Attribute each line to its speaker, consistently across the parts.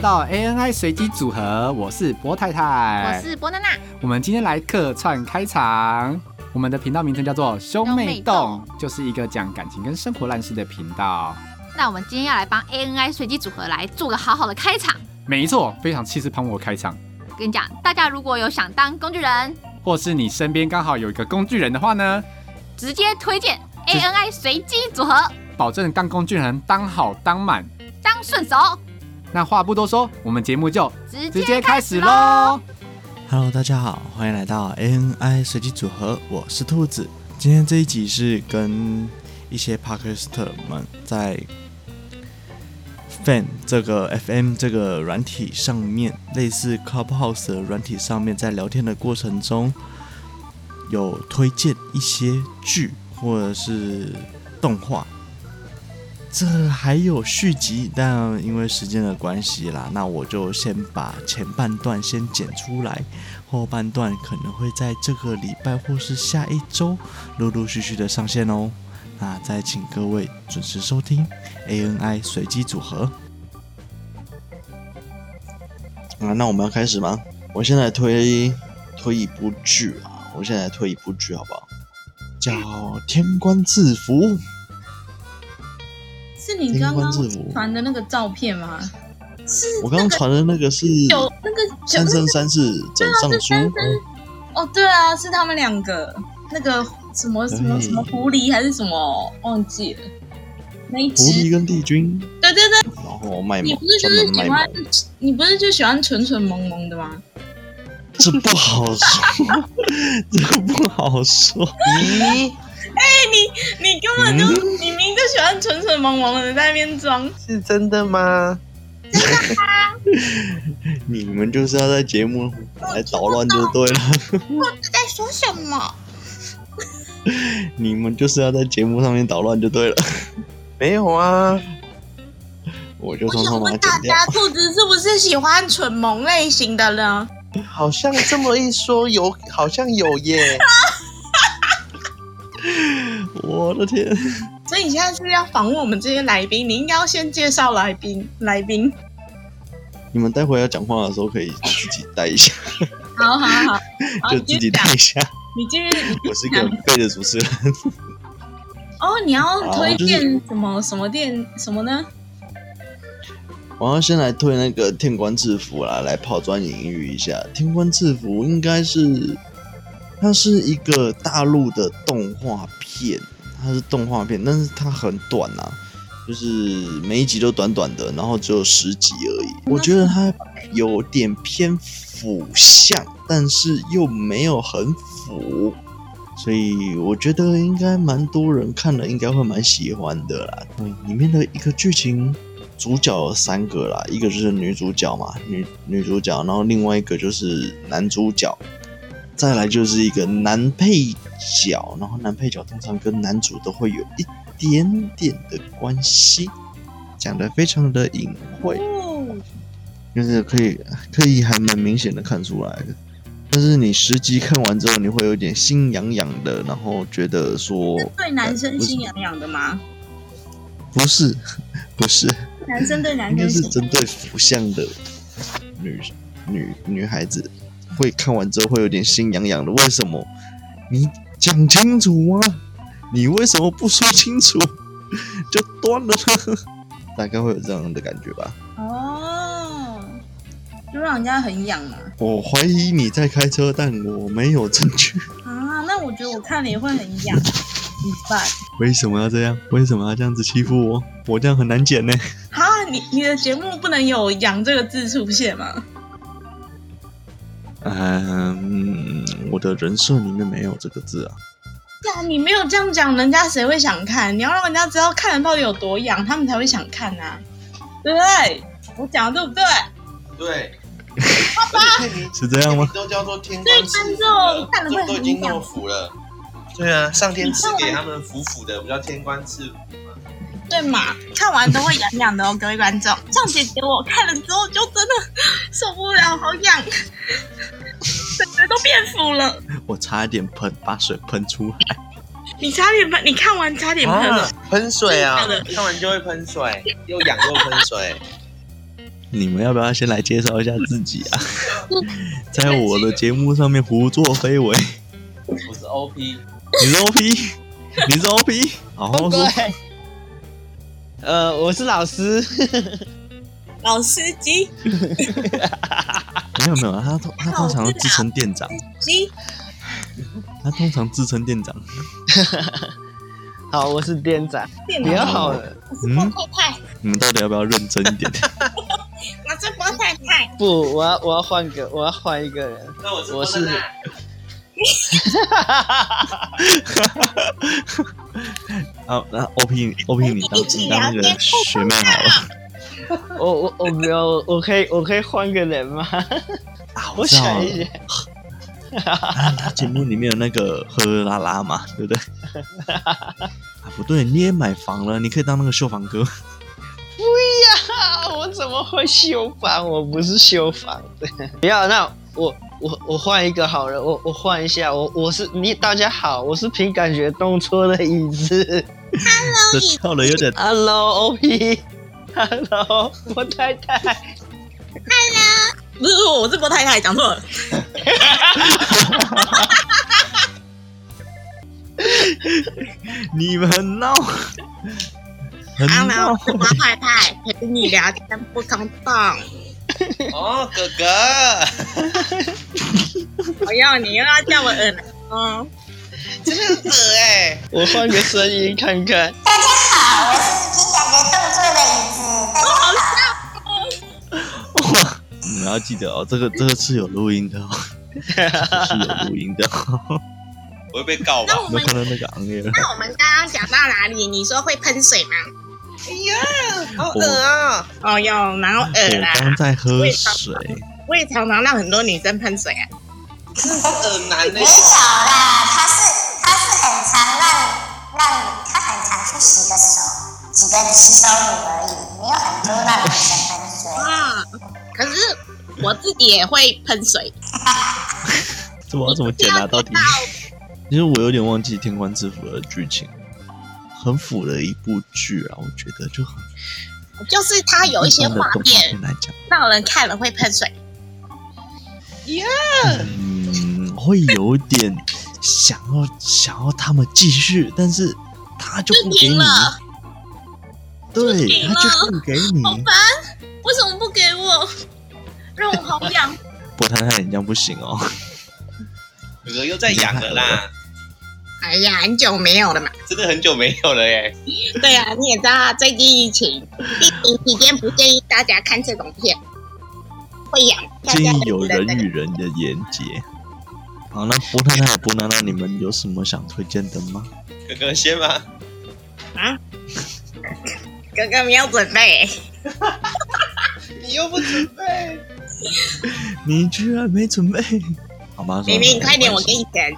Speaker 1: 到 ANI 随机组合，我是波太太，
Speaker 2: 我是波娜娜。
Speaker 1: 我们今天来客串开场。我们的频道名称叫做“兄妹洞”，就是一个讲感情跟生活烂事的频道。
Speaker 2: 那我们今天要来帮 ANI 随机组合来做个好好的开场。
Speaker 1: 没错，非常气势磅礴开场。
Speaker 2: 跟你讲，大家如果有想当工具人，
Speaker 1: 或是你身边刚好有一个工具人的话呢，
Speaker 2: 直接推荐 ANI 随机组合，
Speaker 1: 保证当工具人当好当满。
Speaker 2: 当顺手。
Speaker 1: 那话不多说，我们节目就
Speaker 2: 直
Speaker 1: 直接开始
Speaker 2: 喽
Speaker 1: 喽。。
Speaker 3: Hello，大家好，欢迎来到 ANI 随机组合，我是兔子。今天这一集是跟一些 Podcaster 们在 Fan 这个 FM 这个软体上面，类似 Clubhouse 的软体上面，在聊天的过程中，有推荐一些剧或者是动画。这还有续集，但因为时间的关系啦，那我就先把前半段先剪出来，后半段可能会在这个礼拜或是下一周陆陆续续的上线哦。那再请各位准时收听 ANI 随机组合。啊，那我们要开始吗？我现在推推一部剧啊，我现在推一部剧好不好？叫《天官赐福》。
Speaker 4: 是你刚
Speaker 3: 灵
Speaker 4: 刚
Speaker 3: 魂制服
Speaker 4: 传的那个照片吗？是
Speaker 3: 我刚刚传的那个是
Speaker 4: 九那个九
Speaker 3: 三生三世枕上
Speaker 4: 是
Speaker 3: 书
Speaker 4: 三，生哦，对啊，是他们两个那个什么什么
Speaker 3: 对
Speaker 4: 什么狐狸还是什么哦忘记了那一
Speaker 3: 狐狸
Speaker 4: 只。
Speaker 3: 跟帝君，
Speaker 4: 对对对，
Speaker 3: 然后卖
Speaker 4: 你
Speaker 3: 萌
Speaker 4: 不是，就
Speaker 3: 专
Speaker 4: 是
Speaker 3: 门卖
Speaker 4: 喜欢
Speaker 3: 萌，
Speaker 4: 你不是就喜欢蠢蠢萌萌的吗？
Speaker 3: 这不好 说，这个不好说。咦，
Speaker 4: 你根本就、
Speaker 3: 嗯
Speaker 4: 你明明就喜欢蠢蠢萌萌的，在那边装。
Speaker 3: 是真的吗？你们就是要在节目来捣乱就对了，
Speaker 4: 在说什么？
Speaker 3: 你们就是要在节目上面捣乱就对了。没有啊，我就
Speaker 4: 我
Speaker 3: 通
Speaker 4: 想
Speaker 3: 通把它
Speaker 4: 问大
Speaker 3: 剪掉。
Speaker 4: 家，兔子是不是喜欢蠢萌类型的呢？
Speaker 5: 好像这么一说有，好像有耶。
Speaker 3: 我的天！
Speaker 4: 所以你现在是要访问我们这些来宾，你应该要先介绍来宾。来宾，
Speaker 3: 你们待会要讲话的时候可以自己带一下，
Speaker 4: 好好好，好，
Speaker 3: 就
Speaker 4: 啊你
Speaker 3: 自
Speaker 4: 继
Speaker 3: 己
Speaker 4: 续
Speaker 3: 带
Speaker 4: 讲，
Speaker 3: 一下。
Speaker 4: 你继续。你继续
Speaker 3: 我是一个背的主持人，
Speaker 4: 哦，你要
Speaker 3: 好
Speaker 4: 推
Speaker 3: 就是
Speaker 4: 荐什么什么店什么呢？
Speaker 3: 我要先来推那个天官制服啦，来抛砖引玉一下。天官制服应该是，它是一个大陆的动画片，它是动画片，但是它很短啊，就是每一集都短短的，然后只有十集而已。我觉得它有点偏腐向，但是又没有很腐。所以我觉得应该蛮多人看了，应该会蛮喜欢的啦。对，里面的一个剧情，主角有三个啦，一个就是女主角嘛，女女主角，然后另外一个就是男主角，再来就是一个男配角，然后男配角通常跟男主都会有一点点的关系，讲的非常的隐晦。
Speaker 4: 哦，
Speaker 3: 就是可以可以还蛮明显的看出来的。但是你十集看完之后，你会有点心痒痒的，然后觉得说
Speaker 4: 是对男生心痒痒的吗？
Speaker 3: 不是，不是，
Speaker 4: 男生对男
Speaker 3: 应该
Speaker 4: 生
Speaker 3: 是
Speaker 4: 心
Speaker 3: 针对腐向的女女女孩子，会看完之后会有点心痒痒的。为什么？你讲清楚啊！你为什么不说清楚就断了 呢？大概会有这样的感觉吧。
Speaker 4: 哦，就让人家很痒嘛。
Speaker 3: 我怀疑你在开车，但我没有证据。
Speaker 4: 啊，那我觉得我看了也会很 痒，怎么办？
Speaker 3: 为什么要这样？为什么要这样子欺负我？我这样很难剪呢。
Speaker 4: 啊，你你的节目不能有“痒”这个字出现吗？
Speaker 3: 嗯，我的人设里面没有这个字啊。
Speaker 4: 对啊，你没有这样讲，人家谁会想看？你要让人家知道看人到底有多痒，他们才会想看啊，对不对？我讲的对不对？
Speaker 5: 对，而且配名
Speaker 3: 是这样吗？
Speaker 5: 都叫做天官赐
Speaker 4: 所以观
Speaker 5: 福了
Speaker 4: 众看了会很
Speaker 5: 这都已经那么腐了。对啊，上天赐给他们腐腐的，不叫天官赐福吗？
Speaker 4: 对嘛？看完都会痒痒的哦，各位观众。像姐姐我看了之后就真的受不了，好痒，整个都变腐了。
Speaker 3: 我差点喷，把水喷出来。
Speaker 4: 你差点喷，你看完差点喷了。
Speaker 5: 啊，喷水啊
Speaker 4: 真的，
Speaker 5: 看完就会喷水，又痒又喷水。
Speaker 3: 你们要不要先来介绍一下自己啊？在我的节目上面胡作非为，
Speaker 5: 我是 OP，
Speaker 3: 你是 OP，你是 OP，好好说。
Speaker 6: 对，呃，我是老师，
Speaker 4: 老司机
Speaker 3: 没有没有，他通他通常都自称店长，
Speaker 4: 机，
Speaker 3: 他通常自称店长。
Speaker 6: 好，我是店长，
Speaker 5: 哎
Speaker 4: 电
Speaker 6: 你
Speaker 4: 脑
Speaker 6: 要好了，
Speaker 4: 我是
Speaker 3: 嗯
Speaker 4: 郭太太，
Speaker 3: 你们到底要不要认真一 点？
Speaker 4: 我是郭太太，
Speaker 6: 不，我要我要换个，我要换一个人，
Speaker 5: 那我是
Speaker 6: 我是
Speaker 5: 波娜
Speaker 3: 啊，那 OP OP 你当你
Speaker 6: 啊
Speaker 3: 当那个学妹好了。
Speaker 6: 我我我没有，我可以我可以换个人吗？
Speaker 3: 啊，
Speaker 6: 我
Speaker 3: 知道
Speaker 6: 想一
Speaker 3: 了。
Speaker 6: 想，
Speaker 3: 啊，他节目里面有那个呵呵啦啦嘛，对不对？啊，不对，你也买房了，你可以当那个秀房哥。
Speaker 6: 啊， 我怎么会修房？我不是修房的。 不要，那我我我换一个好了，我我换一下，我我是你大家好，我是凭感觉动错的椅 子。
Speaker 3: 这 跳的有点
Speaker 6: Hello OP。Hello，我太太，
Speaker 4: 不是我，我是郭太太，讲错了。
Speaker 3: 你们很
Speaker 4: 啊
Speaker 3: 闹，很
Speaker 6: 嗯
Speaker 4: 阿
Speaker 3: 闹
Speaker 4: 我。是郭太太，陪你聊天不空洞。
Speaker 5: 哦，哥哥，
Speaker 4: 我要你又要叫我耳男哦，
Speaker 5: 真的很恶哎、
Speaker 6: 我换个声音看看。
Speaker 3: 你们要记得哦，这个这个是有录音的 哦，是有录音的哦。
Speaker 5: 我会被告吧
Speaker 4: 那？我
Speaker 3: 你
Speaker 4: 们
Speaker 3: 有看到那个昂耶了？
Speaker 4: 那我们刚刚讲到哪里？你说会喷水吗？
Speaker 5: 哎呀，好恶啊！
Speaker 4: 哦哟，然后耳
Speaker 3: 我
Speaker 4: 啦，
Speaker 3: 刚在喝水，
Speaker 4: 我也常常让很多女生喷水啊。
Speaker 5: 真的好恶男欸呢、
Speaker 7: 没有啦，他是他是很常让让他很常去洗个手，几个洗手乳而已，没有很多让女生喷水。
Speaker 4: 啊，可是我自己也会喷水。
Speaker 3: 这我要怎么解答到底？其实我有点忘记《天官之府》的剧情，很腐的一部剧啊，我觉得就很
Speaker 4: 就是它有一些
Speaker 3: 般的
Speaker 4: 画
Speaker 3: 动画
Speaker 4: 面
Speaker 3: 片来讲，
Speaker 4: 让人看了会喷水。
Speaker 3: 嗯，会有点想要想要他们继续，但是他就不给
Speaker 4: 就
Speaker 3: 你
Speaker 4: 停了，
Speaker 3: 对
Speaker 4: 停，
Speaker 3: 他
Speaker 4: 了
Speaker 3: 就不给你。
Speaker 4: 好烦，为什么不给我？让我好痒。
Speaker 3: 不太太，你这样不行哦。
Speaker 5: 哥哥又在养了 啦，
Speaker 4: 哎呀，很久没有了嘛。
Speaker 5: 真的很久没有了哎、
Speaker 4: 对啊，你也知道啊最近疫情，疫情期间不建议大家看这种片，会痒。
Speaker 3: 建议有人与人的连接。好，那波太太、波娜娜，你们有什么想推荐的 吗？
Speaker 5: 哥哥先吗？
Speaker 4: 哥哥没有准备，
Speaker 5: 你又不准备，
Speaker 3: 你居然没准备？好吧，
Speaker 4: 明明快点，我给
Speaker 3: 你。
Speaker 4: 你钱。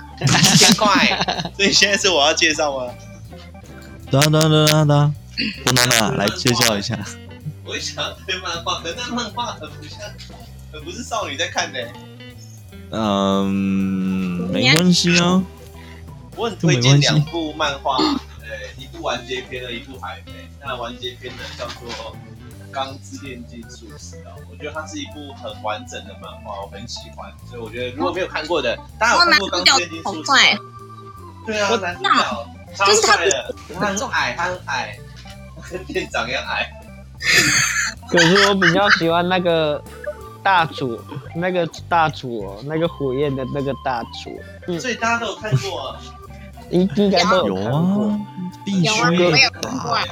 Speaker 5: 先快！所以现在是我要介绍吗？
Speaker 3: 等啊等啊等啊等啊，波娜娜来介绍 一下。
Speaker 5: 我想推漫画，可是那漫画很不像，很不是少女在看的、
Speaker 3: 嗯，没关系啊。
Speaker 5: 我很推荐两部漫画，呃，一部完结篇的，一部还没。那完结篇的叫做《钢之炼金术师》啊，我觉得它是一部很完整的漫画，我很喜欢。所以我觉得如果没有看过的，大家有看过《钢之炼金术师》吗？对啊，男主角超帅的，他很矮，他很矮， 跟店长一样矮。
Speaker 6: 可是我比较喜欢那个大主，那个大主、哦，那个火焰的那个大主，
Speaker 5: 所以大家都有看过啊，
Speaker 6: 应应该都
Speaker 3: 有
Speaker 6: 有看过。
Speaker 3: 啊，必
Speaker 4: 有啊
Speaker 3: 须
Speaker 4: 我有
Speaker 3: 的
Speaker 4: 看过
Speaker 3: 吧
Speaker 4: 啊。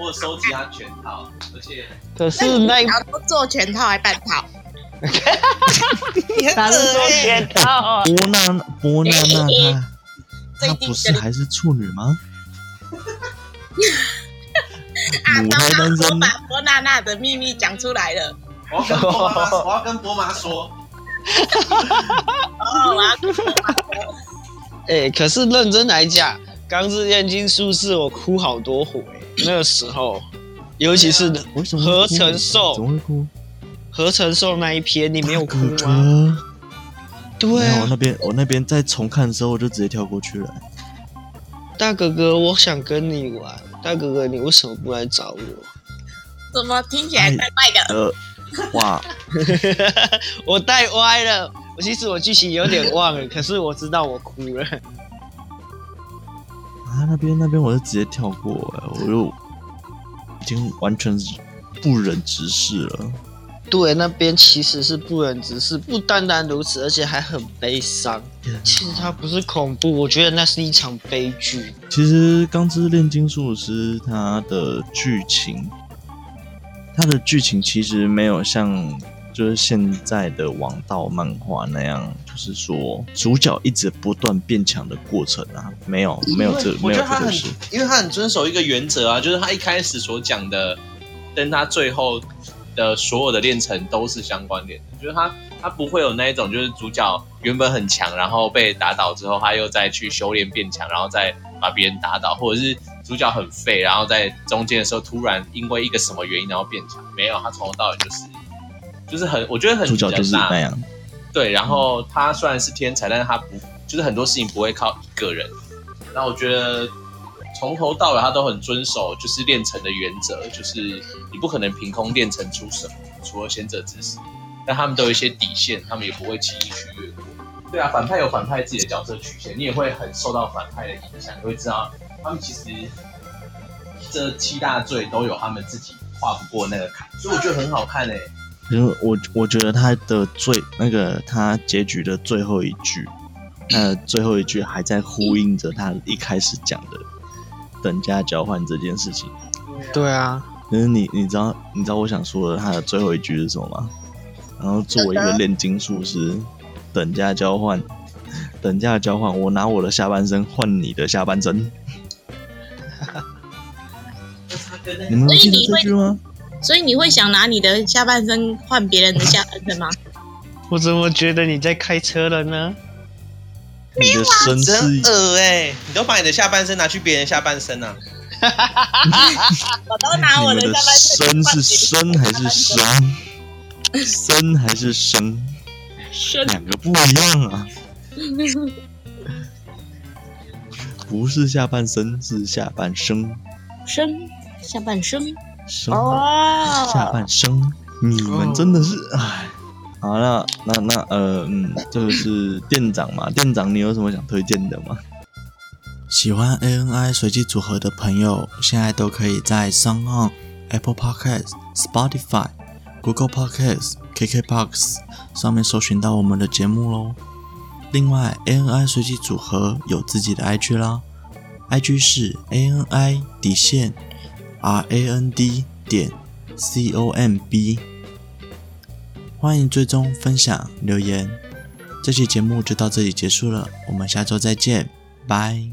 Speaker 5: 我有收集他全套，而且
Speaker 6: 可是那一
Speaker 4: 然后做全套还半 套，
Speaker 6: 哪是说全套啊？
Speaker 3: 波娜娜波娜娜她
Speaker 4: 最
Speaker 3: 她
Speaker 4: 近
Speaker 3: 不是还是处女吗？
Speaker 4: 啊，
Speaker 3: 母
Speaker 4: 刚
Speaker 3: 胎单
Speaker 4: 刚我
Speaker 3: 身
Speaker 4: 把波娜娜的秘密讲出来了。
Speaker 5: 我要跟波妈，我要跟波妈说，
Speaker 4: 哦，我要
Speaker 6: 哎、可是认真来讲，《钢之炼金术士》我哭好多回、那个时候，尤其是
Speaker 3: 为什么会哭
Speaker 6: 合成
Speaker 3: 怎
Speaker 6: 兽，
Speaker 3: 么会哭？
Speaker 6: 合成兽那一篇你没有哭啊
Speaker 3: 哥
Speaker 6: 吗？
Speaker 3: 哥。
Speaker 6: 对
Speaker 3: 啊没有，我
Speaker 6: 啊，
Speaker 3: 那边我那边在重看的时候，我就直接跳过去了。
Speaker 6: 大哥哥，我想跟你玩，大哥哥，你为什么不来找我？
Speaker 4: 怎么听起来怪怪的？
Speaker 3: 呃，哇，
Speaker 6: 我带歪了。我其实我剧情有点忘了，可是我知道我哭了。
Speaker 3: 啊，那边那边我就直接跳过了，我就已经完全不忍直视了。
Speaker 6: 对，那边其实是不忍直视，不单单如此，而且还很悲伤。其实它不是恐怖，我觉得那是一场悲剧。
Speaker 3: 其实《钢之炼金术师》它的剧情，它的剧情其实没有像就是现在的王道漫画那样，就是说主角一直不断变强的过程啊，没有没有这
Speaker 5: 嗯我
Speaker 3: 没
Speaker 5: 觉
Speaker 3: 有
Speaker 5: 得他
Speaker 3: 这
Speaker 5: 很
Speaker 3: 个事。，
Speaker 5: 因为他很遵守一个原则啊，就是他一开始所讲的，跟他最后的所有的练成都是相关联的，就是他他不会有那一种就是主角原本很强，然后被打倒之后，他又再去修炼变强，然后再把别人打倒，或者是主角很废，然后在中间的时候突然因为一个什么原因然后变强，没有，他从头到尾就是就是很，我觉得很
Speaker 3: 主角就是
Speaker 5: 比较大
Speaker 3: 那样，
Speaker 5: 对，然后他虽然是天才，但是他不就是很多事情不会靠一个人。那我觉得从头到尾他都很遵守就是练成的原则，就是你不可能凭空练成出什么，除了贤者之石。但他们都有一些底线，他们也不会轻易去越过。对啊，反派有反派自己的角色曲线，你也会很受到反派的影响，你会知道他们其实这七大罪都有他们自己跨不过那个坎，所以我觉得很好看诶、欸
Speaker 3: 因为我我觉得他的最那个他结局的最后一句，那最后一句还在呼应着他一开始讲的等价交换这件事情。
Speaker 6: 对啊，
Speaker 3: 可是你你知道你知道我想说的他的最后一句是什么吗？然后作为一个炼金术师，等价交换，等价交换，我拿我的下半身换你的下半身。你们记得这句吗？
Speaker 4: 所以你会想拿你的下半身换别人的下半身吗？
Speaker 6: 我怎么觉得你在开车了呢？
Speaker 3: 你的身是
Speaker 5: 真恶
Speaker 6: 欸
Speaker 5: 哎、你都把你的下半身拿去别人的下半身啊？
Speaker 4: 我都拿我
Speaker 3: 你们
Speaker 4: 下
Speaker 3: 的
Speaker 4: 半身
Speaker 3: 身
Speaker 4: 换
Speaker 3: 是
Speaker 4: 别
Speaker 3: 生
Speaker 4: 人的
Speaker 3: 还是生？生
Speaker 4: 下半身
Speaker 3: 还是生？
Speaker 4: 身
Speaker 3: 两个不一样啊！不是下半身，是下半生。
Speaker 4: 身下半身
Speaker 3: 生
Speaker 4: 哦
Speaker 3: 下半生，你们真的是唉。好，那那那呃嗯，这个是店长嘛？ 店长，你有什么想推荐的吗？喜欢 ANI 随机组合的朋友，现在都可以在 s o n g Apple Podcast、Spotify、Google Podcast、KKBox 上面搜寻到我们的节目喽。另外，ANI 随机组合有自己的 IG 啦，IG 是 ANI 底线 R A N D 点 C O M B。欢迎追踪、分享、留言。这期节目就到这里结束了，我们下周再见，拜。